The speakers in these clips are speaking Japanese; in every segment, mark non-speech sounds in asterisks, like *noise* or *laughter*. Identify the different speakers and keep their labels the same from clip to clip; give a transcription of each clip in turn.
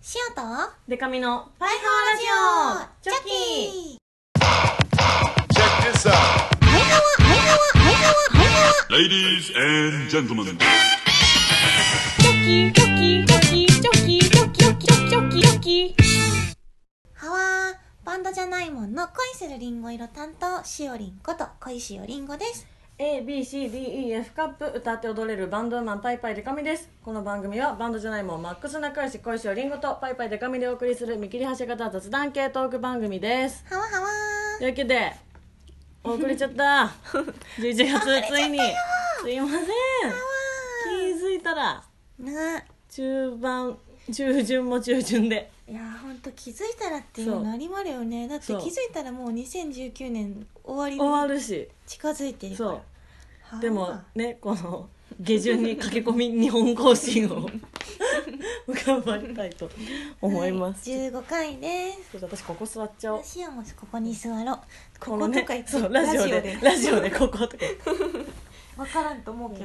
Speaker 1: シオと
Speaker 2: デカミのパイハワラジオチョキ
Speaker 1: ー
Speaker 3: Check this out.
Speaker 1: パイハワパイハワパイハワパイハ
Speaker 3: Ladies and gentlemen.
Speaker 2: チョキチョキチョキチョキチョキチョキチョキ
Speaker 1: ワハワーバンドじゃないもんの恋するリンゴ色担当しおりんこと恋しおりんごです
Speaker 2: ABCDEF カップ歌って踊れるバンドウーマンパイパイデカミですこの番組はバンドじゃないもんマックス仲良し恋しおりんごとパイパイデカミでお送りする見切り発車型雑談系トーク番組です
Speaker 1: ハワハワー
Speaker 2: というわけでお遅れちゃった *laughs* 11月ついにすいません気づいたら
Speaker 1: ね
Speaker 2: 中盤中旬も中旬で
Speaker 1: いやーほんと気づいたらっていうのありまるよねだって気
Speaker 2: そう
Speaker 1: づいたらもう2019年終わり
Speaker 2: 終わ
Speaker 1: に
Speaker 2: るし
Speaker 1: 近づいてるからは
Speaker 2: そう
Speaker 1: あ
Speaker 2: でもねこの下旬に駆け込み日本更新 *laughs* を頑張りたいと思います、
Speaker 1: はい、15回です
Speaker 2: ちょっと私ここ座っちゃおう
Speaker 1: シオもここに座ろう
Speaker 2: こ
Speaker 1: こ
Speaker 2: の
Speaker 1: こと
Speaker 2: ね
Speaker 1: か言って
Speaker 2: そうラジオでラジオでこことか
Speaker 1: 分からんと思うけど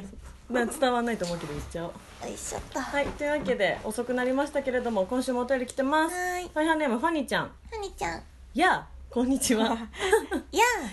Speaker 2: な伝わんないと思うけど言っちゃおう
Speaker 1: よいしょっと
Speaker 2: はいというわけで遅くなりましたけれども今週もお便り来てます
Speaker 1: はーい
Speaker 2: ファイハーネームファニーちゃん
Speaker 1: ハニちゃん
Speaker 2: やあこんにちは
Speaker 1: やあ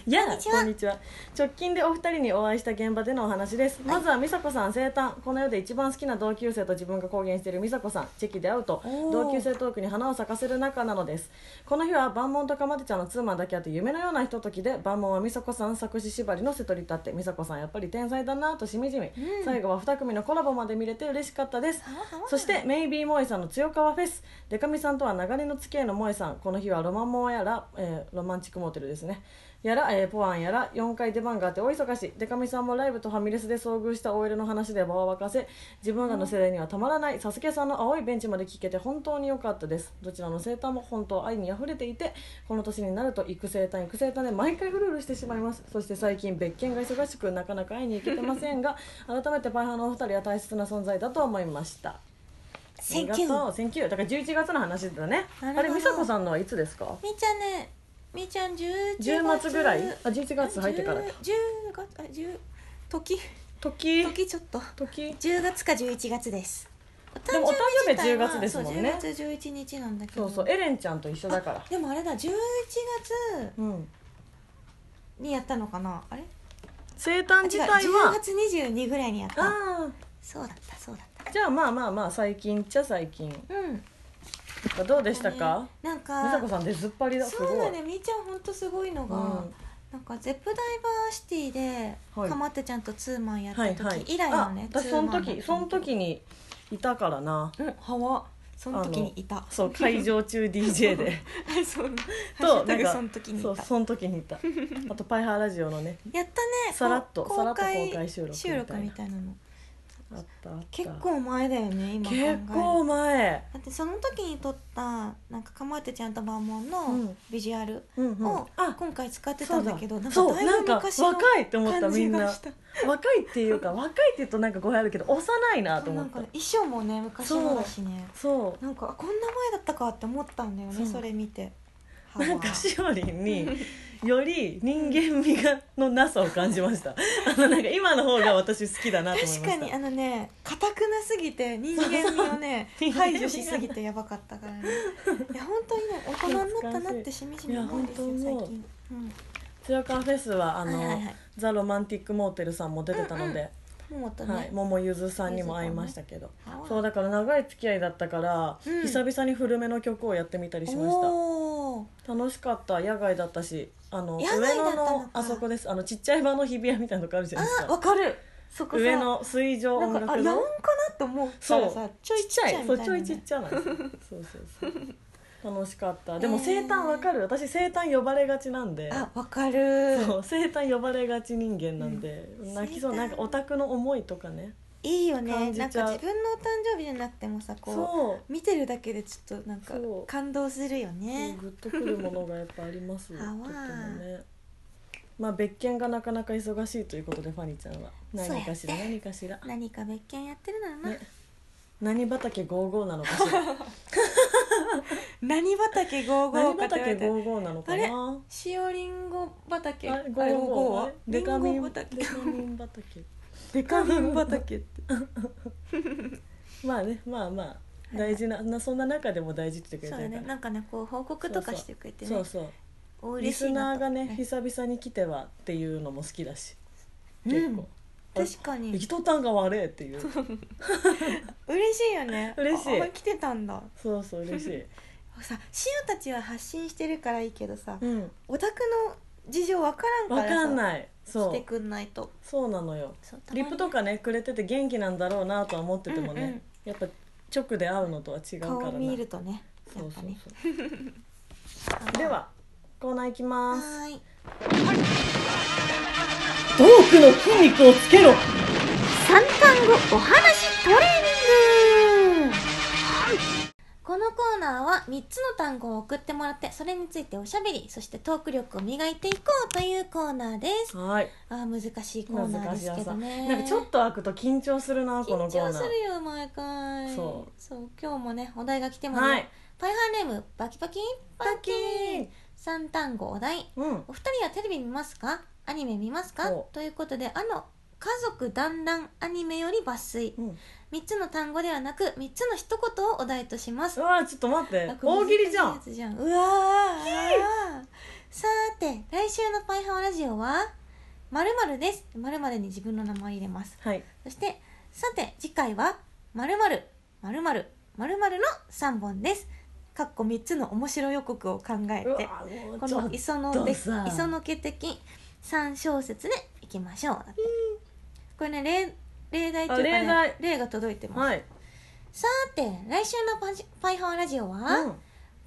Speaker 2: *laughs* やあ
Speaker 1: こんにちは
Speaker 2: 直近でお二人にお会いした現場でのお話です、まずは美佐子さん生誕この世で一番好きな同級生と自分が公言している美佐子さんチェキで会うと
Speaker 1: おー
Speaker 2: 同級生トークに花を咲かせる仲なのですこの日は万門とかまてちゃんのツーマンだけあって夢のようなひとときで万門は美佐子さん作詞縛りの瀬戸に立って美佐子さんやっぱり天才だなとしみじみ、最後は2組のコラボまで見れて嬉しかったです
Speaker 1: はわはわ
Speaker 2: そしてメイビー萌えさんの強川フェスでかみさんとは長年の付き合いの萌えさんこの日はロマンモアやら、えーロマンチックモーテルですねやら、えーポアンやら4回出番があって大忙しでかみさんもライブとファミレスで遭遇した OL の話で場を沸かせ自分らの世代にはたまらないサスケさんの青いベンチまで聞けて本当に良かったですどちらの生誕も本当愛に溢れていてこの年になると育成誕育成誕で毎回フルールしてしまいますそして最近別件が忙しくなかなか会いに行けてませんが改めてパイハーのお二人は大切な存在だと思いました
Speaker 1: セン
Speaker 2: あ
Speaker 1: キュ
Speaker 2: りがと
Speaker 1: ー
Speaker 2: うセンキューだから11月の話だね
Speaker 1: なるほど
Speaker 2: あれ美佐子さんのはいつですか
Speaker 1: みーちゃんねみーちゃん11
Speaker 2: 10月ぐらいあ11
Speaker 1: 10
Speaker 2: 月入ってから
Speaker 1: 10
Speaker 2: か
Speaker 1: 月あ10時
Speaker 2: 時
Speaker 1: 時ちょっと
Speaker 2: 時
Speaker 1: 10月か11月ですお誕
Speaker 2: でもお誕生日10
Speaker 1: は
Speaker 2: 月ですもんね
Speaker 1: そう10月11日なんだけ
Speaker 2: そ
Speaker 1: ど
Speaker 2: うそうエレンちゃんと一緒だから
Speaker 1: あでもあれだ11月
Speaker 2: うん
Speaker 1: にやったのかなあれ
Speaker 2: 生
Speaker 1: あ
Speaker 2: 誕
Speaker 1: 違う
Speaker 2: 自
Speaker 1: 10
Speaker 2: 体は
Speaker 1: 月22ぐらいにやった
Speaker 2: あ
Speaker 1: そうだったそうだった
Speaker 2: あじゃあまあまあまあ最近っちゃ最近
Speaker 1: うん
Speaker 2: どうでしたか、
Speaker 1: なん
Speaker 2: 美佐
Speaker 1: か
Speaker 2: 子さん出ずっぱりだすごい
Speaker 1: そうだねみーちゃんほんとすごいのが、
Speaker 2: うん
Speaker 1: なんかゼップダイバーシティで、
Speaker 2: はい
Speaker 1: かまってちゃんとツーマンやった
Speaker 2: はい
Speaker 1: 時、
Speaker 2: はい
Speaker 1: 以来のね
Speaker 2: あ私
Speaker 1: ツ
Speaker 2: そ
Speaker 1: ー
Speaker 2: の
Speaker 1: マンだった
Speaker 2: 時その時にいたからな
Speaker 1: うんはわその時にいた *laughs*
Speaker 2: そう会場中 DJ で
Speaker 1: そうハッシュタ
Speaker 2: となん
Speaker 1: グ
Speaker 2: か
Speaker 1: その時にい
Speaker 2: そう
Speaker 1: た
Speaker 2: その時にいたあとパイハーラジオのね
Speaker 1: やったね
Speaker 2: さらっと
Speaker 1: こ
Speaker 2: さらっと公開収録みたいな
Speaker 1: みたいなの
Speaker 2: あったあった
Speaker 1: 結構前だよね今考える
Speaker 2: 結
Speaker 1: と
Speaker 2: 構前
Speaker 1: だってその時に撮ったなんかかまってちゃんとバーモン
Speaker 2: う
Speaker 1: の
Speaker 2: ん
Speaker 1: ビジュアル
Speaker 2: うんうん
Speaker 1: を
Speaker 2: あ
Speaker 1: 今回使ってたんだけど、
Speaker 2: そう
Speaker 1: だ
Speaker 2: だ
Speaker 1: い
Speaker 2: な
Speaker 1: ぶ
Speaker 2: んか
Speaker 1: 昔の
Speaker 2: 若いって思ったみんな
Speaker 1: 感じがした
Speaker 2: 若いって
Speaker 1: *laughs*
Speaker 2: いうか若いって言うとなんか語弊あるけど幼いなと思
Speaker 1: な
Speaker 2: っ
Speaker 1: ん
Speaker 2: た
Speaker 1: か衣装もね昔のだしね
Speaker 2: そう
Speaker 1: なんかあこんな前だったかって思ったんだよね
Speaker 2: そう
Speaker 1: それ見て
Speaker 2: なんかしおりんにより人間味がのなさを感じま
Speaker 1: *laughs*
Speaker 2: したあのなんか今の方が私好きだなと思い
Speaker 1: 確
Speaker 2: ま
Speaker 1: か
Speaker 2: し
Speaker 1: に
Speaker 2: た
Speaker 1: あのね硬くなすぎて人間味を
Speaker 2: *laughs*
Speaker 1: ね
Speaker 2: そうそう
Speaker 1: 排除しすぎてやばかったからねいや本当にね大人になったなってしみじみ思うんですよ
Speaker 2: いや
Speaker 1: 最
Speaker 2: 本当思う
Speaker 1: 近、うん、
Speaker 2: 強川フェスはあの、
Speaker 1: はいはいはい
Speaker 2: ザ・ロマンティック・モーテルさんも出てたので、
Speaker 1: もうまたね、
Speaker 2: はい、桃ゆずさんにも会いましたけど、
Speaker 1: ゆずさんね
Speaker 2: そうだから長い付き合いだったから、
Speaker 1: うん
Speaker 2: 久々に古めの曲をやってみたりしました
Speaker 1: おー
Speaker 2: 楽しかった野外だったしあの
Speaker 1: 野外だった
Speaker 2: 上
Speaker 1: のか
Speaker 2: 野のあそこですあのちっちゃい場の日比谷みたいなとこあるじゃないです
Speaker 1: あ
Speaker 2: か
Speaker 1: わかるそこさ
Speaker 2: 上の水上
Speaker 1: な
Speaker 2: 音
Speaker 1: んかあ
Speaker 2: 楽
Speaker 1: ラウンか
Speaker 2: の
Speaker 1: なって思った
Speaker 2: そ
Speaker 1: ら
Speaker 2: う
Speaker 1: さ
Speaker 2: ちっちゃい
Speaker 1: み
Speaker 2: そ
Speaker 1: た
Speaker 2: うちょいち
Speaker 1: な
Speaker 2: っ
Speaker 1: ね
Speaker 2: ちゃなんですよそうそう
Speaker 1: *laughs*
Speaker 2: そう楽しかったでも
Speaker 1: えー
Speaker 2: 生誕わかる、私生誕呼ばれがちなんで
Speaker 1: あわかる
Speaker 2: そう生誕呼ばれがち人間なんで、
Speaker 1: うん
Speaker 2: 泣きそう
Speaker 1: 生誕
Speaker 2: なんかオタクの思いとかね
Speaker 1: いいよね
Speaker 2: 感じち
Speaker 1: な
Speaker 2: ゃ
Speaker 1: ん
Speaker 2: う
Speaker 1: か自分のお誕生日じゃなくてもさこう
Speaker 2: そう
Speaker 1: 見てるだけでちょっとなんか
Speaker 2: そう
Speaker 1: 感動するよね
Speaker 2: グッとくるものがやっぱあ
Speaker 1: *laughs*
Speaker 2: りますよ
Speaker 1: あわー
Speaker 2: とってもねまあ別件がなかなか忙しいということでファニーちゃんは
Speaker 1: そうや
Speaker 2: 何かしら
Speaker 1: ね
Speaker 2: 何かしら
Speaker 1: 何か別件やってるならな、
Speaker 2: ね何畑55なのか
Speaker 1: *laughs*
Speaker 2: しら
Speaker 1: 何畑55
Speaker 2: 何
Speaker 1: かって言わ
Speaker 2: 畑
Speaker 1: れて
Speaker 2: 55なのかな
Speaker 1: しおりんご畑
Speaker 2: あれ
Speaker 1: あれ55
Speaker 2: 55
Speaker 1: は
Speaker 2: はデカ
Speaker 1: リ
Speaker 2: ミ
Speaker 1: ン
Speaker 2: ン
Speaker 1: ゴ
Speaker 2: デ
Speaker 1: 畑
Speaker 2: カミン畑
Speaker 1: *laughs* デカミン畑って
Speaker 2: まあねまあまあ大事ななそんな中でも大事って言って
Speaker 1: そ
Speaker 2: く
Speaker 1: う
Speaker 2: れ
Speaker 1: だ
Speaker 2: て
Speaker 1: ね
Speaker 2: るか
Speaker 1: なんかねこう報告とかしてくれて
Speaker 2: ら
Speaker 1: ね
Speaker 2: そうそう
Speaker 1: お
Speaker 2: リ
Speaker 1: 嬉し
Speaker 2: ス
Speaker 1: い
Speaker 2: ナ
Speaker 1: な
Speaker 2: ー
Speaker 1: と
Speaker 2: がね久々に来てはっていうのも好きだし
Speaker 1: うん
Speaker 2: 結構
Speaker 1: 確か
Speaker 2: 生
Speaker 1: に
Speaker 2: きとったんか悪いっていう
Speaker 1: 嬉しいよね
Speaker 2: 嬉しい
Speaker 1: ああ来てたんだ
Speaker 2: そうそう嬉
Speaker 1: *laughs*
Speaker 2: しい
Speaker 1: さシオたちは発信してるからいいけどさ
Speaker 2: うん
Speaker 1: オタクの事情わからんから
Speaker 2: わ
Speaker 1: さ
Speaker 2: かんない
Speaker 1: し
Speaker 2: そ
Speaker 1: て
Speaker 2: う
Speaker 1: くんないと
Speaker 2: そうなのよ
Speaker 1: そうたま
Speaker 2: リ
Speaker 1: に
Speaker 2: ップとかねくれてて元気なんだろうなとは思っててもね、
Speaker 1: うんうん
Speaker 2: やっぱ直で会うのとは違うから
Speaker 1: 顔
Speaker 2: な
Speaker 1: を見るとねや
Speaker 2: そ
Speaker 1: っ
Speaker 2: う
Speaker 1: ぱ
Speaker 2: そう
Speaker 1: ね
Speaker 2: そうではコーナーいき
Speaker 1: は
Speaker 2: ます
Speaker 1: ーい
Speaker 2: トークの筋肉をつけろ
Speaker 1: 三単語お話トレーニングこのコーナーは3つの単語を送ってもらってそれについておしゃべりそしてトーク力を磨いていこうというコーナーです
Speaker 2: はい
Speaker 1: あー難しいコーナー
Speaker 2: 難
Speaker 1: で
Speaker 2: しい
Speaker 1: すけど
Speaker 2: 朝
Speaker 1: ね
Speaker 2: なんかちょっと開くと緊張するなこの
Speaker 1: 緊
Speaker 2: コー
Speaker 1: 張
Speaker 2: ナ
Speaker 1: す
Speaker 2: ー
Speaker 1: るよ毎回
Speaker 2: そう
Speaker 1: 今日もねお題が来てもね、
Speaker 2: はい
Speaker 1: パイハーネームバキパキンパキ
Speaker 2: パキン
Speaker 1: 三単語お題
Speaker 2: うん
Speaker 1: お二人はテレビ見ますかアニメ見ますか
Speaker 2: お
Speaker 1: ということであの家族団らんアニメより抜粋
Speaker 2: うん
Speaker 1: 3つの単語ではなく3つの一言をお題とします
Speaker 2: うわちょっと待って
Speaker 1: あこれ
Speaker 2: 大喜利じゃ
Speaker 1: 難し
Speaker 2: ん
Speaker 1: いやつじゃんうわーさーて来週の「パイハワラジオ」は「まるです」まるに自分の名前を入れます
Speaker 2: はい
Speaker 1: そしてさて次回は「まるまるまるまるまるの3本ですかっこ3つの面白予告を考え
Speaker 2: うわ
Speaker 1: て
Speaker 2: もう
Speaker 1: こ
Speaker 2: ちょっ
Speaker 1: の
Speaker 2: と
Speaker 1: 磯野で
Speaker 2: さ
Speaker 1: 磯野家的3小節でいきましょうだってこれね例例題というか、
Speaker 2: あ例
Speaker 1: ね
Speaker 2: 題、
Speaker 1: 例が届いてます、
Speaker 2: はい
Speaker 1: さて来週のパジ「パイハワラジオは」
Speaker 2: うん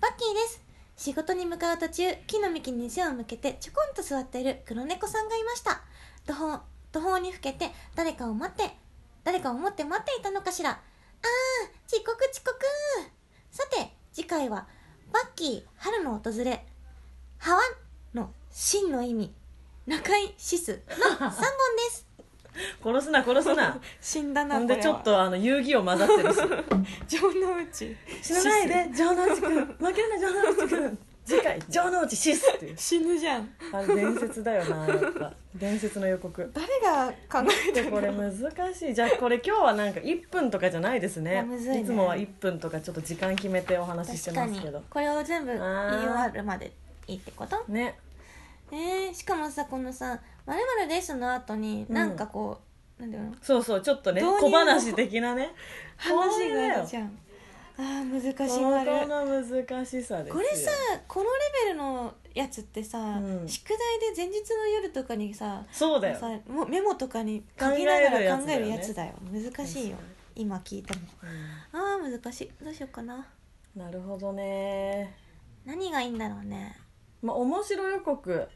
Speaker 1: バッキーです仕事に向かう途中木の幹に背を向けてちょこんと座っている黒猫さんがいました途方途方にふけて誰かを待って誰かを思って待っていたのかしらあー遅刻遅刻さて次回はバッキー春の訪れ「ハワ」の真の意味中井シスの3本です
Speaker 2: 殺すな殺すな
Speaker 1: *laughs* 死んだ
Speaker 2: ほんでちょっとあの遊戯を混ざっ
Speaker 1: *laughs*
Speaker 2: てるし
Speaker 1: 城之内
Speaker 2: 死なないで *laughs* 城之内くん負けるな城之内くん次回城之内シスっていう
Speaker 1: 死ぬじゃん
Speaker 2: あれ伝説だよなやっぱ伝説の予告
Speaker 1: 誰が考え
Speaker 2: でこれ難しいじゃあこれ今日はなんか1分とかじゃないです
Speaker 1: い
Speaker 2: ね
Speaker 1: やむずいね
Speaker 2: つもは1分とかちょっと時間決めてお話しして
Speaker 1: 確
Speaker 2: ま
Speaker 1: か
Speaker 2: す
Speaker 1: に
Speaker 2: けど
Speaker 1: これを全部言い終わるまでいいってこと
Speaker 2: ね
Speaker 1: えー、しかもさこのさ「まるです」の後に
Speaker 2: うん
Speaker 1: なんかこう、なんていうの
Speaker 2: そうそうちょっとね
Speaker 1: 導入
Speaker 2: 小話的なね
Speaker 1: 話があるじゃんあー難しい
Speaker 2: こ
Speaker 1: なる
Speaker 2: の難しさですよ
Speaker 1: これさこのレベルのやつってさ、
Speaker 2: うん
Speaker 1: 宿題で前日の夜とかにさ
Speaker 2: そうだよ
Speaker 1: さもうメモとかに書きながら考
Speaker 2: 考
Speaker 1: え
Speaker 2: え
Speaker 1: る
Speaker 2: る
Speaker 1: や
Speaker 2: や
Speaker 1: つ
Speaker 2: つ
Speaker 1: だよ難しいよ
Speaker 2: 確か
Speaker 1: 今聞いてもあー難しいどうしようかな
Speaker 2: うんなるほどね
Speaker 1: 何がいいんだろうね
Speaker 2: まあ面白予告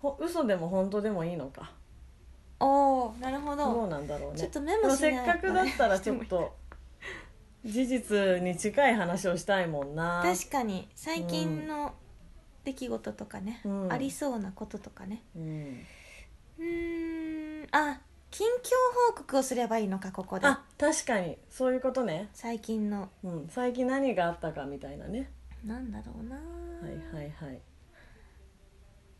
Speaker 2: ほ嘘でも本当でもいいのか
Speaker 1: おおなるほ
Speaker 2: ど
Speaker 1: ど
Speaker 2: うなんだろうね
Speaker 1: ちょっとメモしない
Speaker 2: でもせっかくだったらちょっと事実に近い話をしたいもんな
Speaker 1: 確かに最近の出来事とかね、
Speaker 2: うん
Speaker 1: ありそうなこととかね
Speaker 2: うん、
Speaker 1: うーんあ近況報告をすればいいのかここで
Speaker 2: あ確かにそういうことね、
Speaker 1: 最近の
Speaker 2: うん、最近何があったかみたいなね
Speaker 1: なんだろうな
Speaker 2: はいはいはいう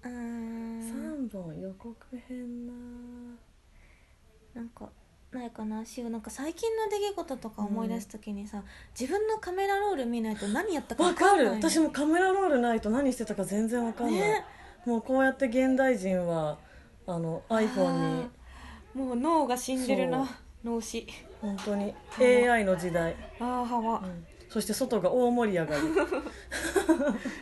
Speaker 1: ーん
Speaker 2: 3本予告編な
Speaker 1: なんかないかなしおなんか最近の出来事とか思い出す時にさ、自分のカメラロール見ないと何やったか
Speaker 2: わ
Speaker 1: 分
Speaker 2: か
Speaker 1: んない
Speaker 2: る私もカメラロールないと何してたか全然わかんない、
Speaker 1: ね
Speaker 2: もうこうやって現代人はあの iPhone に
Speaker 1: もう脳が死んでるな
Speaker 2: そう
Speaker 1: 脳死
Speaker 2: 本当に
Speaker 1: うん
Speaker 2: AI の時代、
Speaker 1: ああはわ、
Speaker 2: うんそして外が大盛り上がり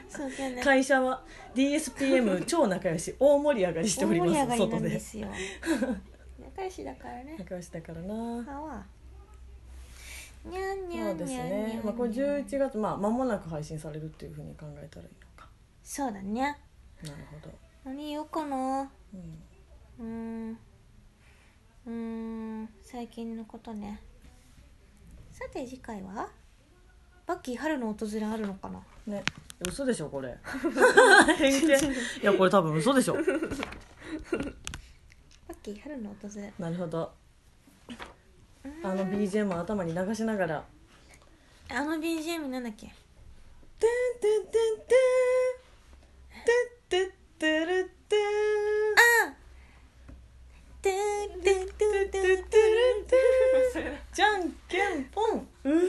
Speaker 1: そうだよね
Speaker 2: 会社は DSPM 超仲良し大盛り上がりして
Speaker 1: 大
Speaker 2: おり
Speaker 1: 盛り上
Speaker 2: ま
Speaker 1: が
Speaker 2: す
Speaker 1: りな
Speaker 2: 外
Speaker 1: んで
Speaker 2: です
Speaker 1: よ仲良しだからね
Speaker 2: 仲良しだからな
Speaker 1: 歯はにゃんにゃ
Speaker 2: そうんです
Speaker 1: にゃんにゃ
Speaker 2: ね
Speaker 1: ん、
Speaker 2: まあ、これ11月まあ間もなく配信されるっていうふうに考えたらいいのか
Speaker 1: そうだね
Speaker 2: なるほど、
Speaker 1: 何言おうかな
Speaker 2: うん、
Speaker 1: うーんうーん最近のことねさて次回はバッキー春の訪れあるのかな
Speaker 2: ね嘘でしょこれ偏見いやこれ多分嘘でしょ
Speaker 1: バッキー春の訪れ
Speaker 2: なるほどあの BGM を頭に流しながら
Speaker 1: あの BGM なんだっけ
Speaker 2: 「てんてんてんてん」「てってってるってん」
Speaker 1: あてんてんてんてんてんてん
Speaker 2: じゃんけんぽんうふふふ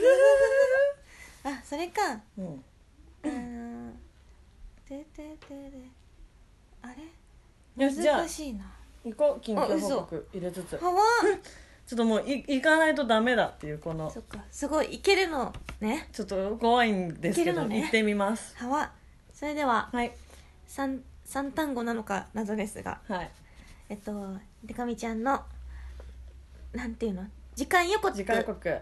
Speaker 2: ふ
Speaker 1: れか
Speaker 2: うん、
Speaker 1: うーんててててあれ
Speaker 2: よしじゃあ
Speaker 1: 難しいな
Speaker 2: 行こう近況報
Speaker 1: あ
Speaker 2: 告入れつつ
Speaker 1: はわ
Speaker 2: ちょっともうい行かないとダメだっていうこの
Speaker 1: そっかすごいいけるのね
Speaker 2: ちょっと怖いんですけ
Speaker 1: いける
Speaker 2: ど、
Speaker 1: のね
Speaker 2: 行ってみます
Speaker 1: はわそれでは
Speaker 2: はい
Speaker 1: 三三単語なのか謎ですが
Speaker 2: はい
Speaker 1: えっとでかみちゃんのなんていうの時間予告
Speaker 2: 次回予告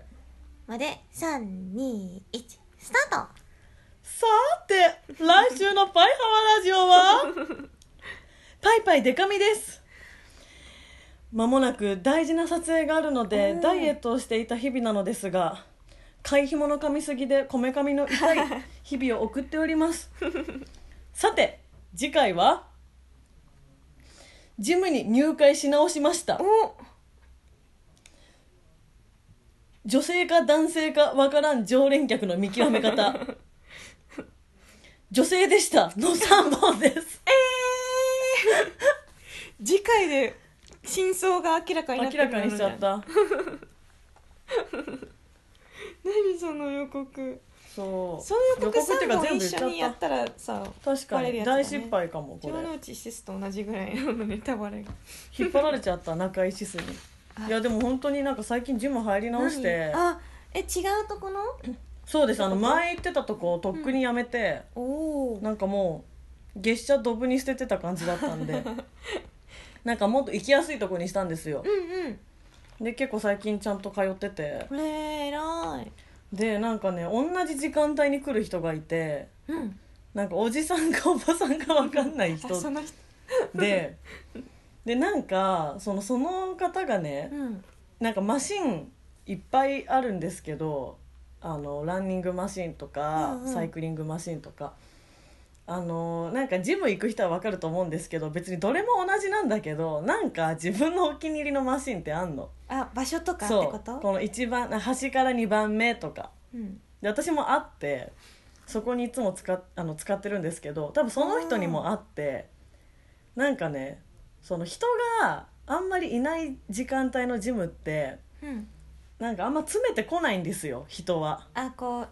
Speaker 1: まで321スタート
Speaker 2: さーて来週の「パイハワラジオは」
Speaker 1: *laughs*
Speaker 2: パイパイデカミですまもなく大事な撮影があるので
Speaker 1: うん
Speaker 2: ダイエットをしていた日々なのですが貝ひもの噛みすぎでこめかみの
Speaker 1: *laughs*
Speaker 2: 痛い日々を送っておりますさて次回はジムに入会し直しました
Speaker 1: お
Speaker 2: 女性か男性かわからん常連客の見極め *laughs* 方女性でしたの3本です
Speaker 1: *laughs* 次回で真相が明らか
Speaker 2: *laughs* 明らかにしちゃった
Speaker 1: 何その予告
Speaker 2: そう
Speaker 1: その予告
Speaker 2: って
Speaker 1: 3
Speaker 2: いうか
Speaker 1: 本
Speaker 2: 全部
Speaker 1: 一緒に
Speaker 2: 言
Speaker 1: や
Speaker 2: っ
Speaker 1: っ
Speaker 2: ち
Speaker 1: た
Speaker 2: ゃ
Speaker 1: らさ
Speaker 2: った確か
Speaker 1: バレる
Speaker 2: に
Speaker 1: やつだね
Speaker 2: 大失敗かもこ
Speaker 1: 城
Speaker 2: れ
Speaker 1: 之内シスと同じぐらいのネタバレが
Speaker 2: 引っ張られちゃった中井シス
Speaker 1: あ
Speaker 2: にいやでも本当になんか最近ジム入り直して
Speaker 1: 何あえ違うとこの
Speaker 2: そうですあの前行ってたとこをとっくにやめて、
Speaker 1: おお
Speaker 2: なんかもう月謝ドブに捨ててた感じだった
Speaker 1: *laughs*
Speaker 2: んでなんかもっと行きやすいとこにしたんですよ
Speaker 1: うんうん
Speaker 2: で結構最近ちゃんと通ってて
Speaker 1: これ偉い
Speaker 2: でなんかね同じ時間帯に来る人がいて
Speaker 1: うん
Speaker 2: なんかおじさんかおばさんかわかんない人
Speaker 1: あその人
Speaker 2: ででなんかそのその方がね
Speaker 1: うん
Speaker 2: なんかマシンいっぱいあるんですけどあのランニングマシンとか、
Speaker 1: うんうん
Speaker 2: サイクリングマシンとかあのなんかジム行く人はわかると思うんですけど別にどれも同じなんだけどなんか自分のお気に入りのマシンってあんの
Speaker 1: あ場所とかって
Speaker 2: そう
Speaker 1: こ
Speaker 2: ことの一番端から2番目とか
Speaker 1: うん
Speaker 2: で私も会ってそこにいつも使っあの使ってるんですけど多分その人にも会ってなんかねその人があんまりいない時間帯のジムって
Speaker 1: うん
Speaker 2: なんかあんま詰めてこないんですよ人は。
Speaker 1: あこう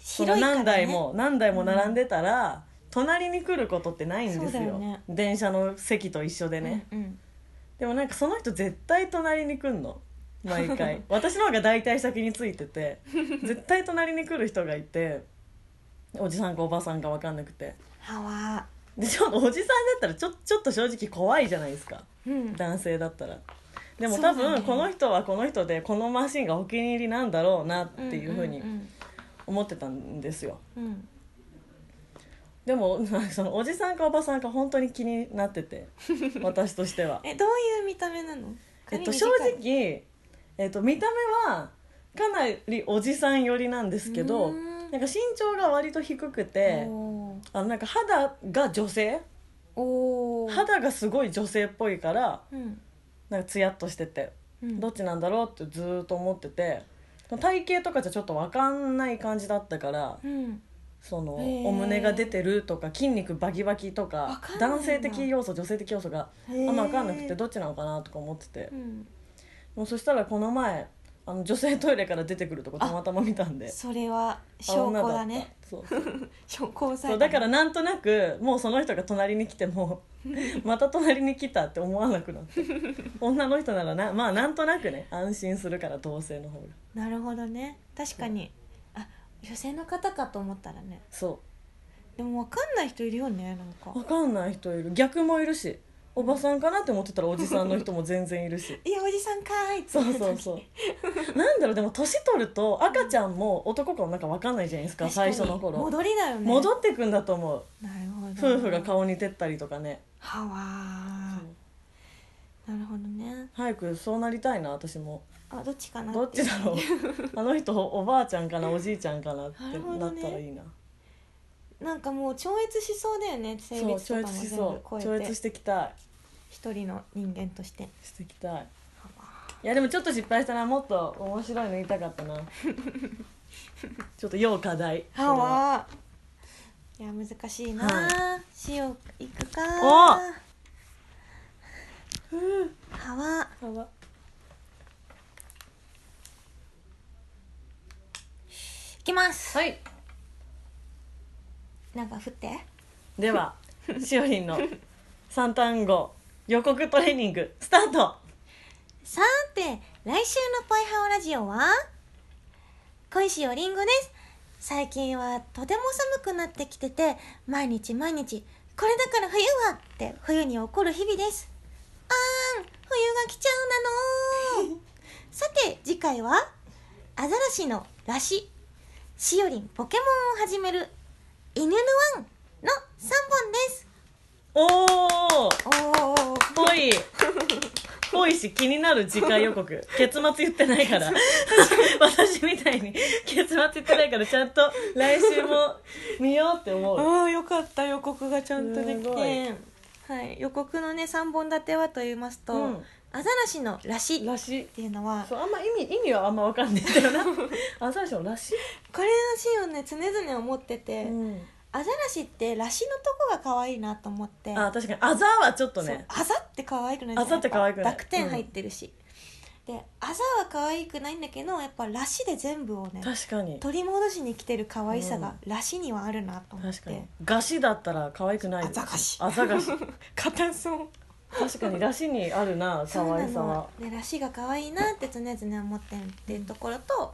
Speaker 2: その
Speaker 1: 広いから、ね、
Speaker 2: 何台も、何台も並んでたら、隣に来ることってないんです
Speaker 1: そうだ
Speaker 2: よ
Speaker 1: よね
Speaker 2: 電車の席と一緒でね。
Speaker 1: うんうん
Speaker 2: でもなんかその人絶対隣に来んの毎回私の方が大体先についてて絶対隣に来る人がいておじさんかおばさんか分かんなくて
Speaker 1: はわ
Speaker 2: でちょっとおじさんだったらちょちょっと正直怖いじゃないですか
Speaker 1: うん
Speaker 2: 男性だったらでも
Speaker 1: そう
Speaker 2: 多
Speaker 1: だね
Speaker 2: 分この人はこの人でこのマシンがお気に入りなんだろうなっていうふうに
Speaker 1: ん
Speaker 2: 思ってたんですよ
Speaker 1: うんうん
Speaker 2: でもなんかそのおじさんかおばさんか本当に気になってて私としては
Speaker 1: えどういう見た目なの
Speaker 2: えっと、
Speaker 1: 髪
Speaker 2: 正
Speaker 1: 短い
Speaker 2: 直、えっと、見た目はかなりおじさん寄りなんですけ
Speaker 1: う
Speaker 2: ど
Speaker 1: ーん
Speaker 2: なんか身長が割と低くて
Speaker 1: おー
Speaker 2: あのなんか肌が女性
Speaker 1: おー
Speaker 2: 肌がすごい女性っぽいから
Speaker 1: うん
Speaker 2: なんかツヤっとしてて
Speaker 1: うん
Speaker 2: どっちなんだろうってずーっと思ってて体型とかじゃちょっと分かんない感じだったから
Speaker 1: うん
Speaker 2: その
Speaker 1: へー
Speaker 2: お胸が出てるとか筋肉バキバキと
Speaker 1: わ
Speaker 2: か
Speaker 1: かんないんだ
Speaker 2: 男性的要素女性的要素が
Speaker 1: あ
Speaker 2: あんま分かんなくてどっちなのかなとか思ってて
Speaker 1: う。ん
Speaker 2: もうそしたらこの前あの女性トイレから出てくるとこたまたま見たんで
Speaker 1: それは
Speaker 2: あ
Speaker 1: 証拠だ
Speaker 2: 女っ
Speaker 1: ね
Speaker 2: たそう
Speaker 1: *laughs*
Speaker 2: そう
Speaker 1: 証拠さ
Speaker 2: そうだからなんとなくもうその人が隣に来
Speaker 1: *laughs*
Speaker 2: てもまた隣に来たって思わなくなって女の人ならなまあなんとなくね安心するから同性の方が
Speaker 1: なるほどね確かにあ女性の方かと思ったらね
Speaker 2: そ
Speaker 1: でも分かんない人いるよねなんか
Speaker 2: う分かんない人いる逆もいるしおばさんかなって思ってたらおじさんの人も全然い
Speaker 1: *laughs*
Speaker 2: るし
Speaker 1: いやおじさんかーいって
Speaker 2: そうそうそうなんだろうでも年取ると赤ちゃんも男かもなんか分かんないじゃないですか
Speaker 1: 確か
Speaker 2: 最
Speaker 1: に
Speaker 2: 初の頃
Speaker 1: 戻りだよね
Speaker 2: 戻ってくんだと思う
Speaker 1: なるほど
Speaker 2: 夫婦が顔似てったりとかね
Speaker 1: はわーなるほどね
Speaker 2: 早くそうなりたいな私も
Speaker 1: あどっちかなて
Speaker 2: どっち
Speaker 1: *laughs*
Speaker 2: だろうあの人おばあちゃんかなおじいちゃんかなって
Speaker 1: なるほ
Speaker 2: な
Speaker 1: ど
Speaker 2: っ
Speaker 1: ね
Speaker 2: たらいいな
Speaker 1: *laughs* なんかもう超越しそうだよね性
Speaker 2: そう
Speaker 1: 別
Speaker 2: 超
Speaker 1: と
Speaker 2: 越
Speaker 1: かも
Speaker 2: し
Speaker 1: 全
Speaker 2: そ
Speaker 1: 部
Speaker 2: う
Speaker 1: 超
Speaker 2: 超
Speaker 1: えて
Speaker 2: 越してきたい
Speaker 1: 一人の人間として
Speaker 2: してきたいいやでもちょっと失敗したなもっと面白いの言いたかっ
Speaker 1: *laughs*
Speaker 2: たなちょっと要課題これ
Speaker 1: は
Speaker 2: は
Speaker 1: わいや難しいな、
Speaker 2: は
Speaker 1: しおいくか
Speaker 2: お
Speaker 1: はわ
Speaker 2: はわ
Speaker 1: いきます
Speaker 2: はい
Speaker 1: なんか振って
Speaker 2: ではしおりんの三単語予告トレーニングスタート
Speaker 1: さて来週の「ぽいハオラジオは」小石よりんごです最近はとても寒くなってきてて毎日毎日「これだから冬は!」って冬に起こる日々ですあーん冬が来ちゃうなのーさて次回は「アザラシのラシ」「しおりんポケモンを始める」「犬のワン」の3本です
Speaker 2: おお
Speaker 1: おー
Speaker 2: ぽいぽいし気になる次回予告結末言ってないから
Speaker 1: *laughs*
Speaker 2: 私みたいに結末言ってないからちゃんと来週も見ようって思う
Speaker 1: ああよかった予告がちゃんとでき
Speaker 2: すごい
Speaker 1: て、はい、予告のね3本立てはと言いますと、
Speaker 2: うん
Speaker 1: アザラシの「らし」っ
Speaker 2: らしい
Speaker 1: ていうのは
Speaker 2: そうあんま意味意味はあんま分かんないんだよなあ最初らし
Speaker 1: これらしいをね常々思って
Speaker 2: い、
Speaker 1: て、アザラシってらしのとこが可愛いなと思って
Speaker 2: あ確かにあざはちょっと
Speaker 1: そう
Speaker 2: ね
Speaker 1: あざって可愛くないですか
Speaker 2: あざって可愛くな
Speaker 1: や
Speaker 2: い
Speaker 1: ぱ濁点入ってるし、であざは可愛くないんだけどやっぱらしで全部をね
Speaker 2: 確かに
Speaker 1: 取り戻しに来てる可愛さがらしにはあるなと思っ
Speaker 2: 確かに
Speaker 1: て、
Speaker 2: がしだったら可愛くないよ
Speaker 1: あざがし
Speaker 2: あざがし
Speaker 1: 硬そう
Speaker 2: 確かにらしにあるな
Speaker 1: そ
Speaker 2: 可
Speaker 1: うな
Speaker 2: 愛さは
Speaker 1: のでらしが可愛いなって常々思ってるっていうところと、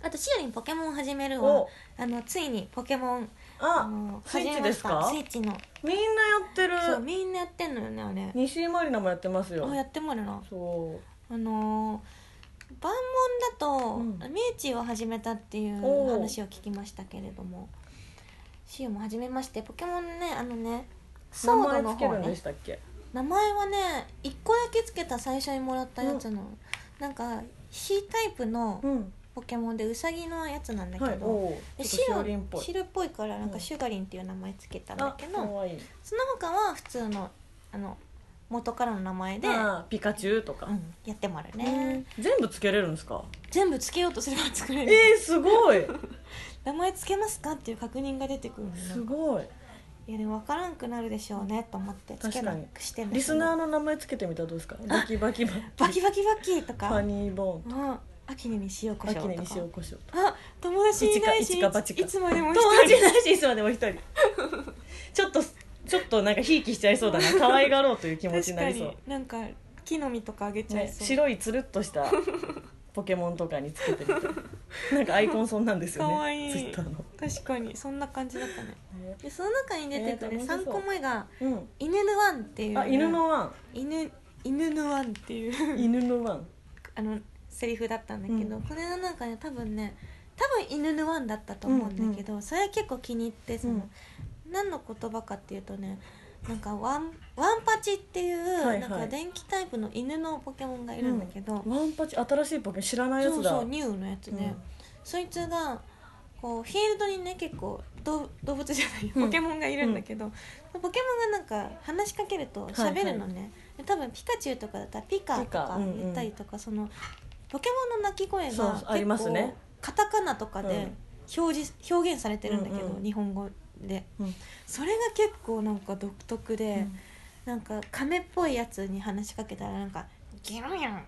Speaker 1: あとしおりんポケモンを始めるは
Speaker 2: お
Speaker 1: あのついにポケモンあ
Speaker 2: あ
Speaker 1: の
Speaker 2: スイッ
Speaker 1: 始め
Speaker 2: チ
Speaker 1: ま
Speaker 2: で
Speaker 1: し
Speaker 2: す
Speaker 1: た
Speaker 2: か
Speaker 1: スイッチの
Speaker 2: みんなやってる
Speaker 1: そうみんなやってんのよねあれ
Speaker 2: 西井まりなもやってますよ
Speaker 1: あやってもらうな
Speaker 2: そ
Speaker 1: あのー万問だと、
Speaker 2: う
Speaker 1: ミューチを始めたっていう
Speaker 2: おー
Speaker 1: 話を聞きましたけれどもシオも始めましてポケモンねあのね
Speaker 2: う
Speaker 1: ソ
Speaker 2: 名
Speaker 1: ード
Speaker 2: 前
Speaker 1: の
Speaker 2: つけ
Speaker 1: 方
Speaker 2: るんで
Speaker 1: ね
Speaker 2: したっけ
Speaker 1: 名前はね1個だけつけた最初にもらったやつの、なんか C タイプの
Speaker 2: うん
Speaker 1: ポケモンでウサギのやつなんだ
Speaker 2: は
Speaker 1: け
Speaker 2: いお
Speaker 1: ど、
Speaker 2: お
Speaker 1: で
Speaker 2: ちょっとしお
Speaker 1: 白
Speaker 2: りんっぽい
Speaker 1: 白っぽいからなん
Speaker 2: う
Speaker 1: か
Speaker 2: ん
Speaker 1: シュガリンっていう名前つけたんだ
Speaker 2: あ
Speaker 1: けど、
Speaker 2: 可愛い
Speaker 1: その他は普通のあの元からの名前で、
Speaker 2: あーピカチュウとか
Speaker 1: うんやってもらうね、
Speaker 2: 全部つけれるんですか
Speaker 1: 全部つけようとすれば作れ
Speaker 2: え
Speaker 1: る、
Speaker 2: ーす
Speaker 1: *laughs*
Speaker 2: ごい
Speaker 1: 名前つけますかっていう確認が出てくるのよ
Speaker 2: すごい
Speaker 1: いやでも分からんくなるでしょうねと思ってつけなくしてんだけど
Speaker 2: リスナーの名前つけてみたらどうですかバキバキバ
Speaker 1: バキバキバキと
Speaker 2: ファ
Speaker 1: か
Speaker 2: ニーボーン
Speaker 1: うん秋に塩コ
Speaker 2: バ
Speaker 1: シ
Speaker 2: キ
Speaker 1: ョ
Speaker 2: ネ
Speaker 1: ウと
Speaker 2: に
Speaker 1: か
Speaker 2: 塩コショウ
Speaker 1: あ友達いないし
Speaker 2: 一か一か八か
Speaker 1: いつまでも一
Speaker 2: 友
Speaker 1: 人
Speaker 2: 達いないしいつまでも一人ちょっとちょっとなんかひいきしちゃいそうだな可愛がろうという気持ちになりそう
Speaker 1: 確かになんか木の実とかあげちゃい
Speaker 2: ね、
Speaker 1: そう、
Speaker 2: 白いつるっと
Speaker 1: *laughs*
Speaker 2: したポケモンとかにつけてみたいなんかアイコンそんなんですよね
Speaker 1: かわいい
Speaker 2: ツイッターの、
Speaker 1: 確かにそんな感じだったね
Speaker 2: ね
Speaker 1: でその中に出てくる
Speaker 2: えー楽しそ
Speaker 1: 3
Speaker 2: う
Speaker 1: 個目が
Speaker 2: う
Speaker 1: 犬のワンっていう、
Speaker 2: ん、あ犬のワ
Speaker 1: 犬犬のワンっていう *laughs*
Speaker 2: ン犬のワン
Speaker 1: あのセリフだったんだけど、
Speaker 2: うん
Speaker 1: これがなんかね多分ね多分犬のワンだったと思うんだけど、それは結構気に入ってその、何の言葉かっていうとねなんかワンワンパチっていう、
Speaker 2: はいはい
Speaker 1: なんか電気タイプの犬のポケモンがいるんだけど、
Speaker 2: ワンパチ新しいポケモン知らないや
Speaker 1: そ
Speaker 2: つ
Speaker 1: う
Speaker 2: だ
Speaker 1: そうニューのやつね、
Speaker 2: うん
Speaker 1: そいつがこうフィールドにね結構動動物じゃないよ
Speaker 2: うん
Speaker 1: ポケモンがいるんだけど、ポケモンがなんか話しかけると喋るのね、で多分ピカチュウとかだったらピカと
Speaker 2: ピカ
Speaker 1: か
Speaker 2: うんうん
Speaker 1: 言ったりとか、そのポケモンの鳴き声が結
Speaker 2: そう
Speaker 1: 構
Speaker 2: ありますね
Speaker 1: カタカナとか
Speaker 2: う
Speaker 1: で
Speaker 2: ん
Speaker 1: 表示表現されてるんだけど、
Speaker 2: うんうん
Speaker 1: 日本語で
Speaker 2: うん
Speaker 1: それが結構なんか独特で、
Speaker 2: うん
Speaker 1: なんか亀っぽいやつに話しかけたらなんか「ギャンギャン」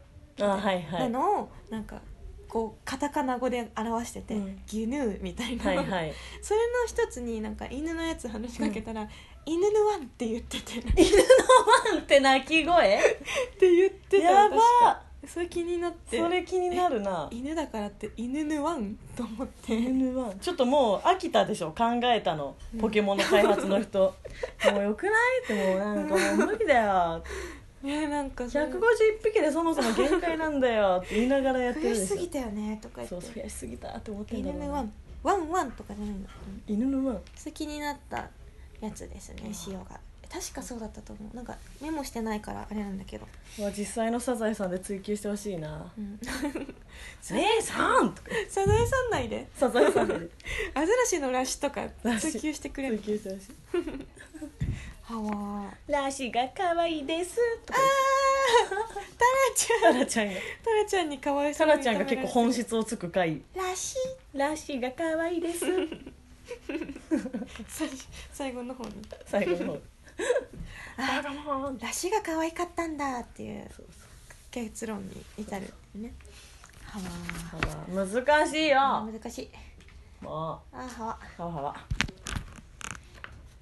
Speaker 2: あはいは
Speaker 1: ないのをなんかこうカタカナ語で表してて
Speaker 2: うん
Speaker 1: 「ギヌー」みたいな、
Speaker 2: はいはい
Speaker 1: それの一つになんか犬のやつ話しかけたら「犬のワン」って言っててっ
Speaker 2: 犬のワンって鳴き声
Speaker 1: て言ってた
Speaker 2: や
Speaker 1: 確
Speaker 2: ば
Speaker 1: かそれ気になって
Speaker 2: それ気になるな
Speaker 1: 犬だからって「犬のワン」と思
Speaker 2: *laughs*
Speaker 1: って
Speaker 2: 犬のワンちょっともう飽きたでしょ考えたのポケモンの開発の
Speaker 1: *laughs*
Speaker 2: 人、もうよくないってもうなんかもう無理だ
Speaker 1: *laughs*
Speaker 2: よ
Speaker 1: いやなんかそれ
Speaker 2: 151匹でそもそも限界なんだよって言いながらやってる
Speaker 1: 増
Speaker 2: で
Speaker 1: や
Speaker 2: しょ
Speaker 1: しすぎたよねとか言
Speaker 2: そう
Speaker 1: っ
Speaker 2: 増
Speaker 1: て
Speaker 2: やしすぎたって思っ
Speaker 1: 「
Speaker 2: てんだ
Speaker 1: 犬
Speaker 2: ろう
Speaker 1: の
Speaker 2: な
Speaker 1: ワン」「ワンワン」とかじゃないんだ
Speaker 2: 犬のワン
Speaker 1: それ気になったやつですね塩が確かそうだったと思うなんかメモしてないからあれなんだけど、
Speaker 2: は実際のサザエさんで追求してほしいな
Speaker 1: うん *laughs*
Speaker 2: 「姉さん!」とか
Speaker 1: サザエさん内で
Speaker 2: サザエさんで
Speaker 1: アザラシのラシとか
Speaker 2: ラシ
Speaker 1: 追求してくれ
Speaker 2: 追
Speaker 1: る
Speaker 2: 求してほしい
Speaker 1: はわ
Speaker 2: 「ラシが可愛いです」とか
Speaker 1: タラちゃ
Speaker 2: タ
Speaker 1: ん
Speaker 2: ラちゃん *laughs* が
Speaker 1: タラちゃんに可愛
Speaker 2: タ
Speaker 1: さ
Speaker 2: ラちゃんが結構本質をつく回
Speaker 1: ラシ
Speaker 2: 「ラシが可愛いです」
Speaker 1: 最最後の方に
Speaker 2: 最後の方
Speaker 1: あ
Speaker 2: ガモン
Speaker 1: ラシが可愛かったんだっていう
Speaker 2: そうそう
Speaker 1: 結論に至るねは
Speaker 2: ハワ難しい
Speaker 1: わ
Speaker 2: よ
Speaker 1: 難しい
Speaker 2: も
Speaker 1: あーはわ
Speaker 2: うハワハワ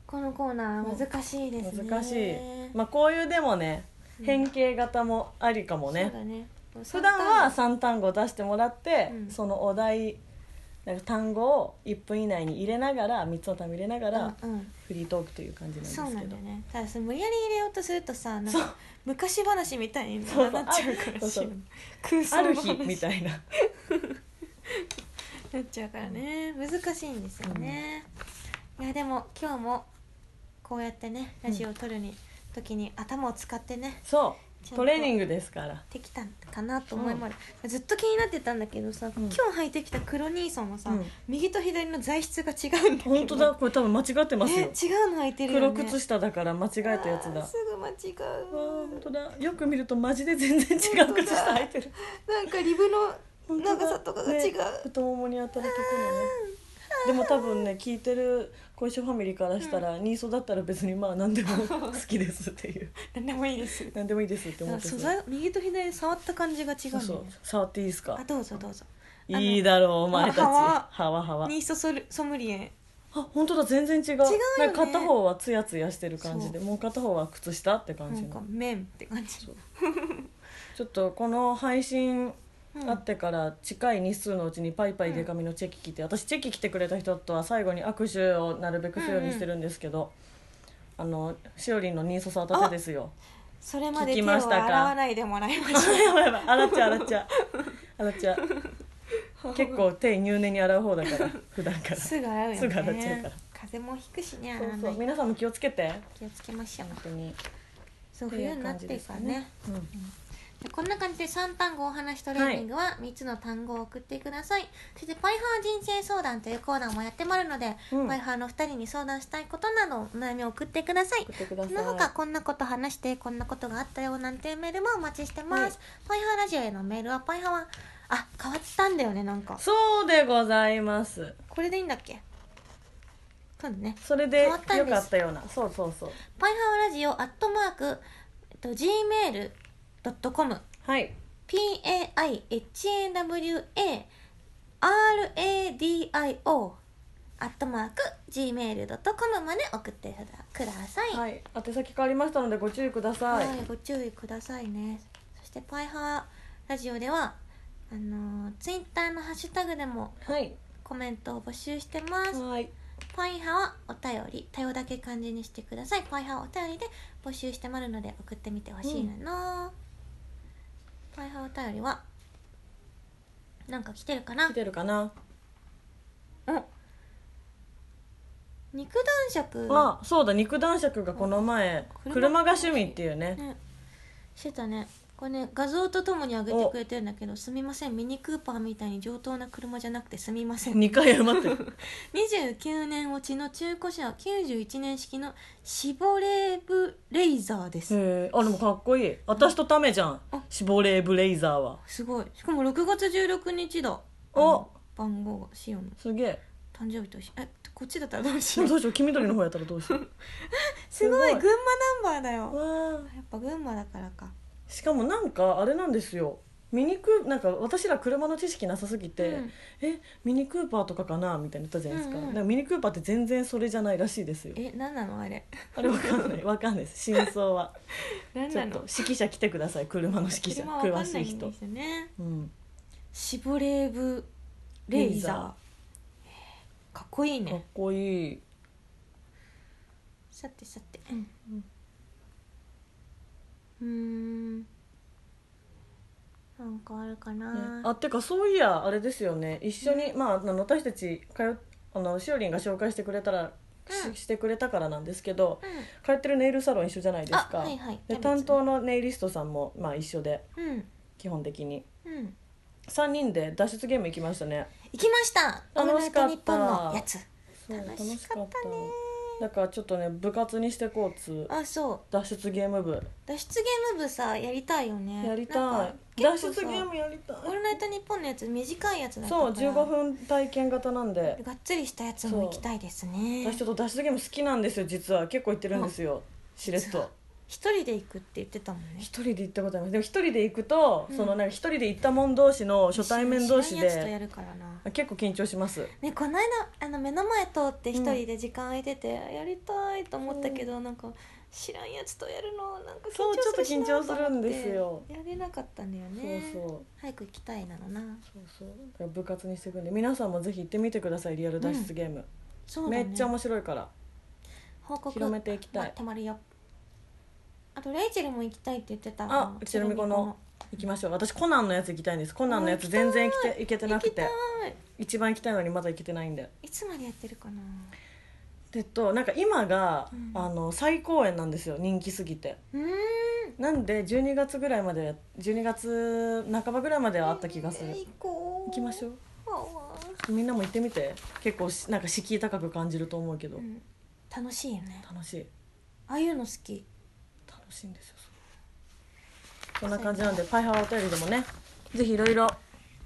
Speaker 1: コーナー難しいですね
Speaker 2: 難しい、まあ、こういうでもね変形型もありかも
Speaker 1: そう
Speaker 2: ね、
Speaker 1: だね
Speaker 2: 普段は
Speaker 1: そ
Speaker 2: 3単語出してもらって、
Speaker 1: うん
Speaker 2: そのお題なんか単語を1分以内に入れながら3つの単語入れなが
Speaker 1: う
Speaker 2: ら
Speaker 1: んうん
Speaker 2: フリートークという感じなんですけ
Speaker 1: そ
Speaker 2: ど
Speaker 1: うなんだよねただそれ無理やり入れようとするとさなん
Speaker 2: そう
Speaker 1: か昔話みたいになっち
Speaker 2: そ
Speaker 1: ゃう
Speaker 2: うそ
Speaker 1: か
Speaker 2: う
Speaker 1: ら
Speaker 2: あそうそう
Speaker 1: し空想
Speaker 2: ある
Speaker 1: の
Speaker 2: 日
Speaker 1: 話
Speaker 2: みたい
Speaker 1: *laughs*
Speaker 2: な
Speaker 1: なっちゃうからね難しいんですよね、いやでも今日もこうやってねラジオを撮るに、時に頭を使ってね
Speaker 2: そ
Speaker 1: ちゃんと
Speaker 2: うトレーニングですから
Speaker 1: できたかなと思いまで、ずっと気になってたんだけどさ、
Speaker 2: うん
Speaker 1: 今日履いてきた黒兄さんはさ、
Speaker 2: うん
Speaker 1: 右と左の材質が違うんだけど
Speaker 2: 本当だこれ多分間違ってます
Speaker 1: え
Speaker 2: よ
Speaker 1: 違うの履いてるよ
Speaker 2: 黒
Speaker 1: ね
Speaker 2: 靴下だから間違えたやつだ
Speaker 1: あー
Speaker 2: わ
Speaker 1: すぐ間違
Speaker 2: あ
Speaker 1: う
Speaker 2: 本当だよく見るとマジで全然違う靴下履いてる
Speaker 1: なんかリブの
Speaker 2: 本当だ
Speaker 1: 長さとかが違う、
Speaker 2: ね太ももに当たるところねでも多分ね聞いてる小石ファミリーからしたら、ニーソだったら別にまあ何
Speaker 1: *laughs*
Speaker 2: でも好きですっていう
Speaker 1: なんでもいいです
Speaker 2: 何でもいいですって思って
Speaker 1: 素
Speaker 2: て
Speaker 1: 材右と左で触った感じが違うんだ
Speaker 2: そう
Speaker 1: よね
Speaker 2: そう触っていいですか
Speaker 1: あどうぞどうぞあの
Speaker 2: いいだろうお前たち
Speaker 1: あ
Speaker 2: は
Speaker 1: はわ
Speaker 2: わはわ
Speaker 1: ニーソソルソムリエ
Speaker 2: あ本当だ全然違う
Speaker 1: 違うよね
Speaker 2: なんか片方はツヤツヤしてる感じでもう片方は靴下って
Speaker 1: な
Speaker 2: 感じ
Speaker 1: んか
Speaker 2: の
Speaker 1: 麺って感じ
Speaker 2: そうちょっとこの配信
Speaker 1: うん
Speaker 2: あってから近い日数のうちにパイパイデカミのチェキ来て、私チェキ来てくれた人とは最後に握手をなるべくするようにしてるんですけど、あのしおりんのニーソサタテですよ
Speaker 1: それまで
Speaker 2: 聞
Speaker 1: 手
Speaker 2: き
Speaker 1: を
Speaker 2: ましたか
Speaker 1: 洗わないでもらいまし
Speaker 2: あやばいやばい洗っちゃう洗っちゃう洗っちゃう結構手入念に洗う方だから普段か
Speaker 1: た
Speaker 2: ら
Speaker 1: *laughs* すぐ洗うよね
Speaker 2: すぐ洗っちゃうから
Speaker 1: 風邪もひくしね
Speaker 2: そ
Speaker 1: 洗
Speaker 2: う
Speaker 1: わ
Speaker 2: そ
Speaker 1: な
Speaker 2: う
Speaker 1: い
Speaker 2: 皆さんも気をつけて
Speaker 1: 気をつけましょう
Speaker 2: 本当に
Speaker 1: そう冬になってるから
Speaker 2: っていう
Speaker 1: ね
Speaker 2: 感じですね
Speaker 1: でこんな感じで3単語お話しトレーニングは3つの単語を送ってください、そしてパイハー人生相談というコーナーもやってもあるので、
Speaker 2: うん
Speaker 1: パイハーの2人に相談したいことなどお悩みを送ってください
Speaker 2: 送ってくださ
Speaker 1: そ
Speaker 2: い
Speaker 1: の他こんなこと話してこんなことがあったよなんていうメールもお待ちしてます、パイハーラジオへのメールはパイハーはあ変わったんだよねなんか
Speaker 2: そうでございます
Speaker 1: これでいいんだっけそうだね
Speaker 2: それ
Speaker 1: 変
Speaker 2: でよ
Speaker 1: わったんです
Speaker 2: かったようなそうそうそう
Speaker 1: パイハーラジオアットマーク、えっと、gmail.com
Speaker 2: はい
Speaker 1: paihawaradio アットマーク gmail.com まで送ってくださいは
Speaker 2: はい、宛先変わりましたのでご注意ください。
Speaker 1: ご注意くださいねそしてパイハーラジオではあのツイッター Twitter のハッシュタグでも
Speaker 2: はい。
Speaker 1: コメントを募集してます
Speaker 2: はい。
Speaker 1: パイハはお便り多様だけ漢字にしてくださいパイハはお便りで募集してもらうので送ってみてほしいな、パイハお便りはなんか来てるかな
Speaker 2: 来てるかな。
Speaker 1: 肉男爵
Speaker 2: あ、そうだ。肉男爵がこの前
Speaker 1: うん
Speaker 2: 車が趣味っていうね。
Speaker 1: ねしてたねこれね画像とともに上げてくれてるんだけどすみませんミニクーパーみたいに上等な車じゃなくてすみません *laughs*
Speaker 2: 二回謝ってる。
Speaker 1: 29年落ちの中古車91年式のシボレーブレイザーです、
Speaker 2: へえ。あ、でもかっこいい。私とためじゃん
Speaker 1: あ。
Speaker 2: 死亡霊ブレイザーは。
Speaker 1: すごいしかも6月16日だ
Speaker 2: お
Speaker 1: 番号がシオンの
Speaker 2: すげえ。
Speaker 1: 誕生日と一緒えこっちだったらどうし
Speaker 2: で
Speaker 1: よ
Speaker 2: *laughs* も
Speaker 1: う
Speaker 2: どうしよう。黄緑の方やったらどう
Speaker 1: *laughs*
Speaker 2: しよう。
Speaker 1: すごい
Speaker 2: すごい
Speaker 1: 群馬ナンバーだよ
Speaker 2: わあ。
Speaker 1: やっぱ群馬だからか
Speaker 2: しかもなんかあれなんですよ。ミニクなんか私ら車の知識なさすぎて、
Speaker 1: うん
Speaker 2: えミニクーパーとかかなみたいに言ったじゃないですか,、
Speaker 1: うんうん
Speaker 2: なんかミニクーパーって全然それじゃないらしいですよ
Speaker 1: え何なのあれ
Speaker 2: あれわかんないわかんないです真相は
Speaker 1: 何
Speaker 2: ちょ
Speaker 1: な
Speaker 2: っと
Speaker 1: の
Speaker 2: 指揮者来てください車の指揮者
Speaker 1: 車わか
Speaker 2: 詳
Speaker 1: んな
Speaker 2: し
Speaker 1: い
Speaker 2: い
Speaker 1: ん
Speaker 2: 人
Speaker 1: ですよね
Speaker 2: うん
Speaker 1: シボレーブレイザー
Speaker 2: レイザ
Speaker 1: かっこいい
Speaker 2: かっ
Speaker 1: ね
Speaker 2: こいい
Speaker 1: さてさてうんうーんなんかあるかな、
Speaker 2: あってかそういやあれですよね一緒に、まああの私たち通っあのしおりんが紹介してくれたら、し
Speaker 1: うん
Speaker 2: してくれたからなんですけど
Speaker 1: うん
Speaker 2: 通ってるネイルサロン一緒じゃないです
Speaker 1: あ
Speaker 2: か、
Speaker 1: はいはい
Speaker 2: で担当のネイリストさんも、まあ、一緒で
Speaker 1: うん
Speaker 2: 基本的に
Speaker 1: うん
Speaker 2: 3人で脱出ゲーム行きましたね
Speaker 1: 行きましたオールナ
Speaker 2: 楽し
Speaker 1: イト
Speaker 2: かった
Speaker 1: ニッポンのやつ
Speaker 2: そう
Speaker 1: 楽しかったね
Speaker 2: だからちょっとね部活にしてこうつ
Speaker 1: あそう
Speaker 2: 脱出ゲーム部
Speaker 1: 脱出ゲーム部さやりたいよね
Speaker 2: やり
Speaker 1: な
Speaker 2: た
Speaker 1: んか
Speaker 2: い
Speaker 1: 結
Speaker 2: 脱
Speaker 1: 構さ
Speaker 2: 出ゲームやりたい
Speaker 1: オールナイトニッポン」のやつ短いやつだった
Speaker 2: そう
Speaker 1: から
Speaker 2: 15分体験型なんで
Speaker 1: がっつりしたやつも行きたいですね
Speaker 2: 私ちょっと脱出ゲーム好きなんですよ実は結構行ってるんですよしれっと
Speaker 1: 一人で行くって言ってたもんね
Speaker 2: 一人で行ったことありますでも一人で行くと、
Speaker 1: うん
Speaker 2: そのなんか一人で行った者同士の初対面同士
Speaker 1: 知らんやつと
Speaker 2: で
Speaker 1: やるからな
Speaker 2: 結構緊張します
Speaker 1: ねこの間あの目の前通って一人で時間空いてて、やりたいと思ったけど、なんか知らんやつとやるのなんか緊
Speaker 2: そう
Speaker 1: 張するしな
Speaker 2: ちょっと緊張するんですよ
Speaker 1: と思ってやれなかったんだよね
Speaker 2: そうそう
Speaker 1: 早く行きたいなのな
Speaker 2: そうそうだから部活にしていくんで皆さんもぜひ行ってみてくださいリアル脱出ゲーム、
Speaker 1: そうだ
Speaker 2: め
Speaker 1: ね
Speaker 2: っちゃ面白いから
Speaker 1: 報告
Speaker 2: 広めていきた
Speaker 1: ま
Speaker 2: い
Speaker 1: たまるよあとレイチェルも行きたいって言ってた
Speaker 2: あうちのみこの行きましょう私コナンのやつ行きたいんですコナンのやつ全然行きて行けて
Speaker 1: 行
Speaker 2: な
Speaker 1: き
Speaker 2: く
Speaker 1: たい
Speaker 2: て一番行きたいのにまだ行けてないんで
Speaker 1: いつまでやってるかな
Speaker 2: でえっとなんか今が、
Speaker 1: うん
Speaker 2: あの最高演なんですよ人気すぎて
Speaker 1: うーん
Speaker 2: なんで12月ぐらいまで12月半ばぐらいまではあった気がする、
Speaker 1: えー行こう
Speaker 2: 行きましょう
Speaker 1: わ
Speaker 2: みんなも行ってみて結構しなんか敷居高く感じると思うけ
Speaker 1: ー
Speaker 2: ど、
Speaker 1: うん楽しいよね
Speaker 2: 楽しい
Speaker 1: ああいうの好き
Speaker 2: 楽しいんですよそんな感じなんでパイハワお便りでもねぜひいろいろ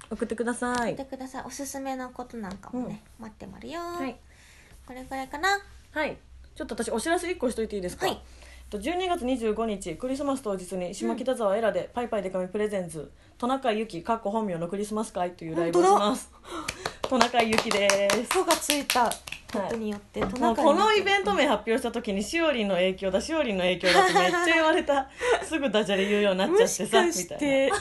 Speaker 2: 送ってくださ
Speaker 1: 見
Speaker 2: い
Speaker 1: てくださいおすすめのことなんかもね、待ってまるよ、
Speaker 2: はい、
Speaker 1: これぐらいかな
Speaker 2: はい、ちょっと私お知らせ1個しといていいですか、
Speaker 1: はい
Speaker 2: えっと12月25日クリスマス当日に下北沢エラで「パイパイデカミプレゼンツトナカイユキ」かっこ本名のクリスマス会というライブをし
Speaker 1: 本当だ
Speaker 2: ますトナカイユキです
Speaker 1: 嘘がついたことによって、ト
Speaker 2: も
Speaker 1: ナ
Speaker 2: う
Speaker 1: カイ
Speaker 2: このイベント名発表した時にしおりんの影響だしおりんの影響だってめっちゃ言われたすぐダジャレ言うようになっちゃ
Speaker 1: も
Speaker 2: っ
Speaker 1: して
Speaker 2: さ
Speaker 1: か
Speaker 2: み
Speaker 1: した
Speaker 2: い
Speaker 1: て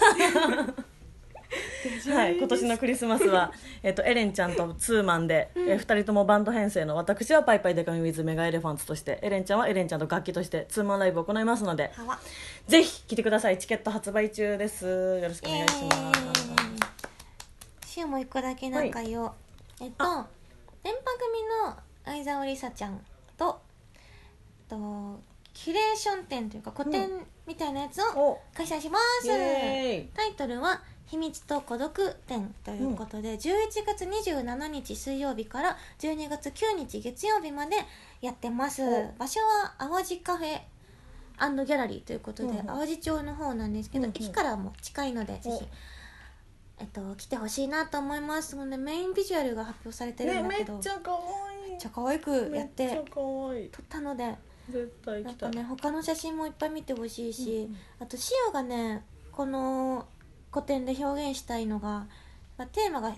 Speaker 2: な、はい、今年のクリスマスは、えっと、エレンちゃんとツーマンで、え2人ともバンド編成の私はパイパイデカミウィズメガエレファンツとしてエレンちゃんはエレンちゃんと楽器としてツーマンライブを行いますので
Speaker 1: *laughs* はわ
Speaker 2: ぜひ来てくださいチケット発売中ですよろしくお
Speaker 1: え
Speaker 2: 願
Speaker 1: え
Speaker 2: いします、
Speaker 1: 週も一個だけなんか言おう、えっと電波組の相沢りさちゃんとえっとキュレーション展というか個展みたいなやつを
Speaker 2: お
Speaker 1: 開催します、
Speaker 2: イエーイ
Speaker 1: タイトルは「秘密と孤独展」ということで、11月27日水曜日から12月9日月曜日までやってます
Speaker 2: お
Speaker 1: 場所は淡路カフェギャラリーということで、
Speaker 2: うんうん
Speaker 1: 淡路町の方なんですけど、
Speaker 2: うんうん
Speaker 1: 駅からも近いのでぜ
Speaker 2: お
Speaker 1: ひ、えっと、来てほしいなと思いますもうねメインビジュアルが発表されてる
Speaker 2: ね
Speaker 1: んだ
Speaker 2: め
Speaker 1: け
Speaker 2: っ
Speaker 1: ど、
Speaker 2: ちゃ可愛い
Speaker 1: めっちゃ可愛く
Speaker 2: め
Speaker 1: や
Speaker 2: っ
Speaker 1: っ
Speaker 2: ちゃ
Speaker 1: て
Speaker 2: 可愛い
Speaker 1: 撮ったので
Speaker 2: 絶対
Speaker 1: な
Speaker 2: 来
Speaker 1: ん
Speaker 2: た
Speaker 1: か
Speaker 2: い
Speaker 1: ね他の写真もいっぱい見てほしいし、
Speaker 2: うんうん
Speaker 1: あとシオがねこの個展で表現したいのが、まあ、テーマが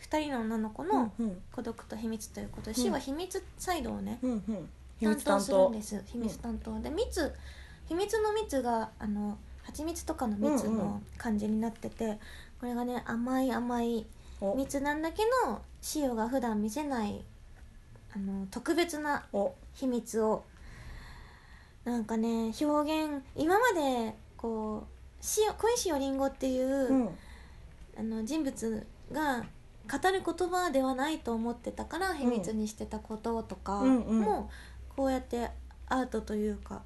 Speaker 1: 2人の女の子の
Speaker 2: うんうん
Speaker 1: 孤独と秘密ということで、シオは秘密サイドをね、
Speaker 2: うんうん秘
Speaker 1: 担
Speaker 2: 密
Speaker 1: 当
Speaker 2: 担
Speaker 1: するん
Speaker 2: 当
Speaker 1: です秘密担当、で蜜秘密の蜜があの蜂蜜とかの蜜
Speaker 2: うんう
Speaker 1: の感じになってて、これがね甘い甘い
Speaker 2: お
Speaker 1: 蜜なんだけどシオが普段見せないあの特別な
Speaker 2: お
Speaker 1: 秘密をなんかね表現今までこうしお小石よりんごっていうう、
Speaker 2: ん
Speaker 1: あの人物が語る言葉ではないと思ってたから秘密にしてたこととか
Speaker 2: うんうん
Speaker 1: もこうやってアートというか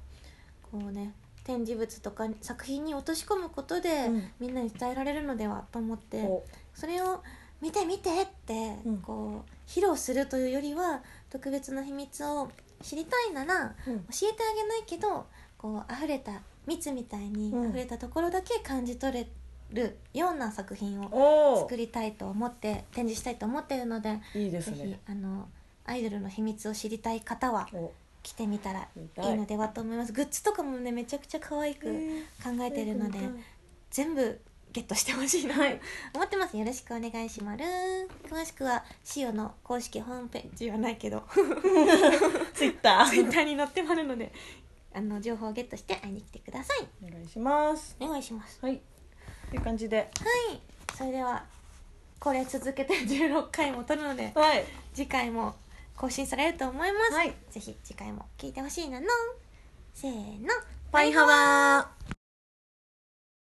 Speaker 1: こうね展示物とか作品に落とし込むことで
Speaker 2: うん
Speaker 1: みんなに伝えられるのではと思って。
Speaker 2: お
Speaker 1: それを見て見てって
Speaker 2: うん
Speaker 1: こう披露するというよりは特別な秘密を知りたいなら
Speaker 2: うん
Speaker 1: 教えてあげないけどこう溢れた蜜みたいに
Speaker 2: うん
Speaker 1: 溢れたところだけ感じ取れるような作品を
Speaker 2: お
Speaker 1: 作りたいと思って展示したいと思っているので
Speaker 2: いいです
Speaker 1: ぜひ
Speaker 2: ね
Speaker 1: あのアイドルの秘密を知りたい方は
Speaker 2: お
Speaker 1: 来てみたら
Speaker 2: 見たい
Speaker 1: いいのではと思いますグッズとかもねめちゃくちゃ可愛く考えてるので。全部ゲットしてほしいな、 *laughs*
Speaker 2: はい
Speaker 1: 思ってますよろしくお願いします詳しくはシオの公式ホームページはないけど
Speaker 2: ツイッタ
Speaker 1: ツイ
Speaker 2: ー
Speaker 1: ッターに載ってまるのであの情報をゲットして会いに来てください
Speaker 2: お願いします
Speaker 1: お願いします
Speaker 2: はいという感じで
Speaker 1: はいそれではこれ続けて16回も撮るので
Speaker 2: はい
Speaker 1: 次回も更新されると思います、
Speaker 2: はい
Speaker 1: ぜひ次回も聞いてほしいなのせーの
Speaker 2: パイハワー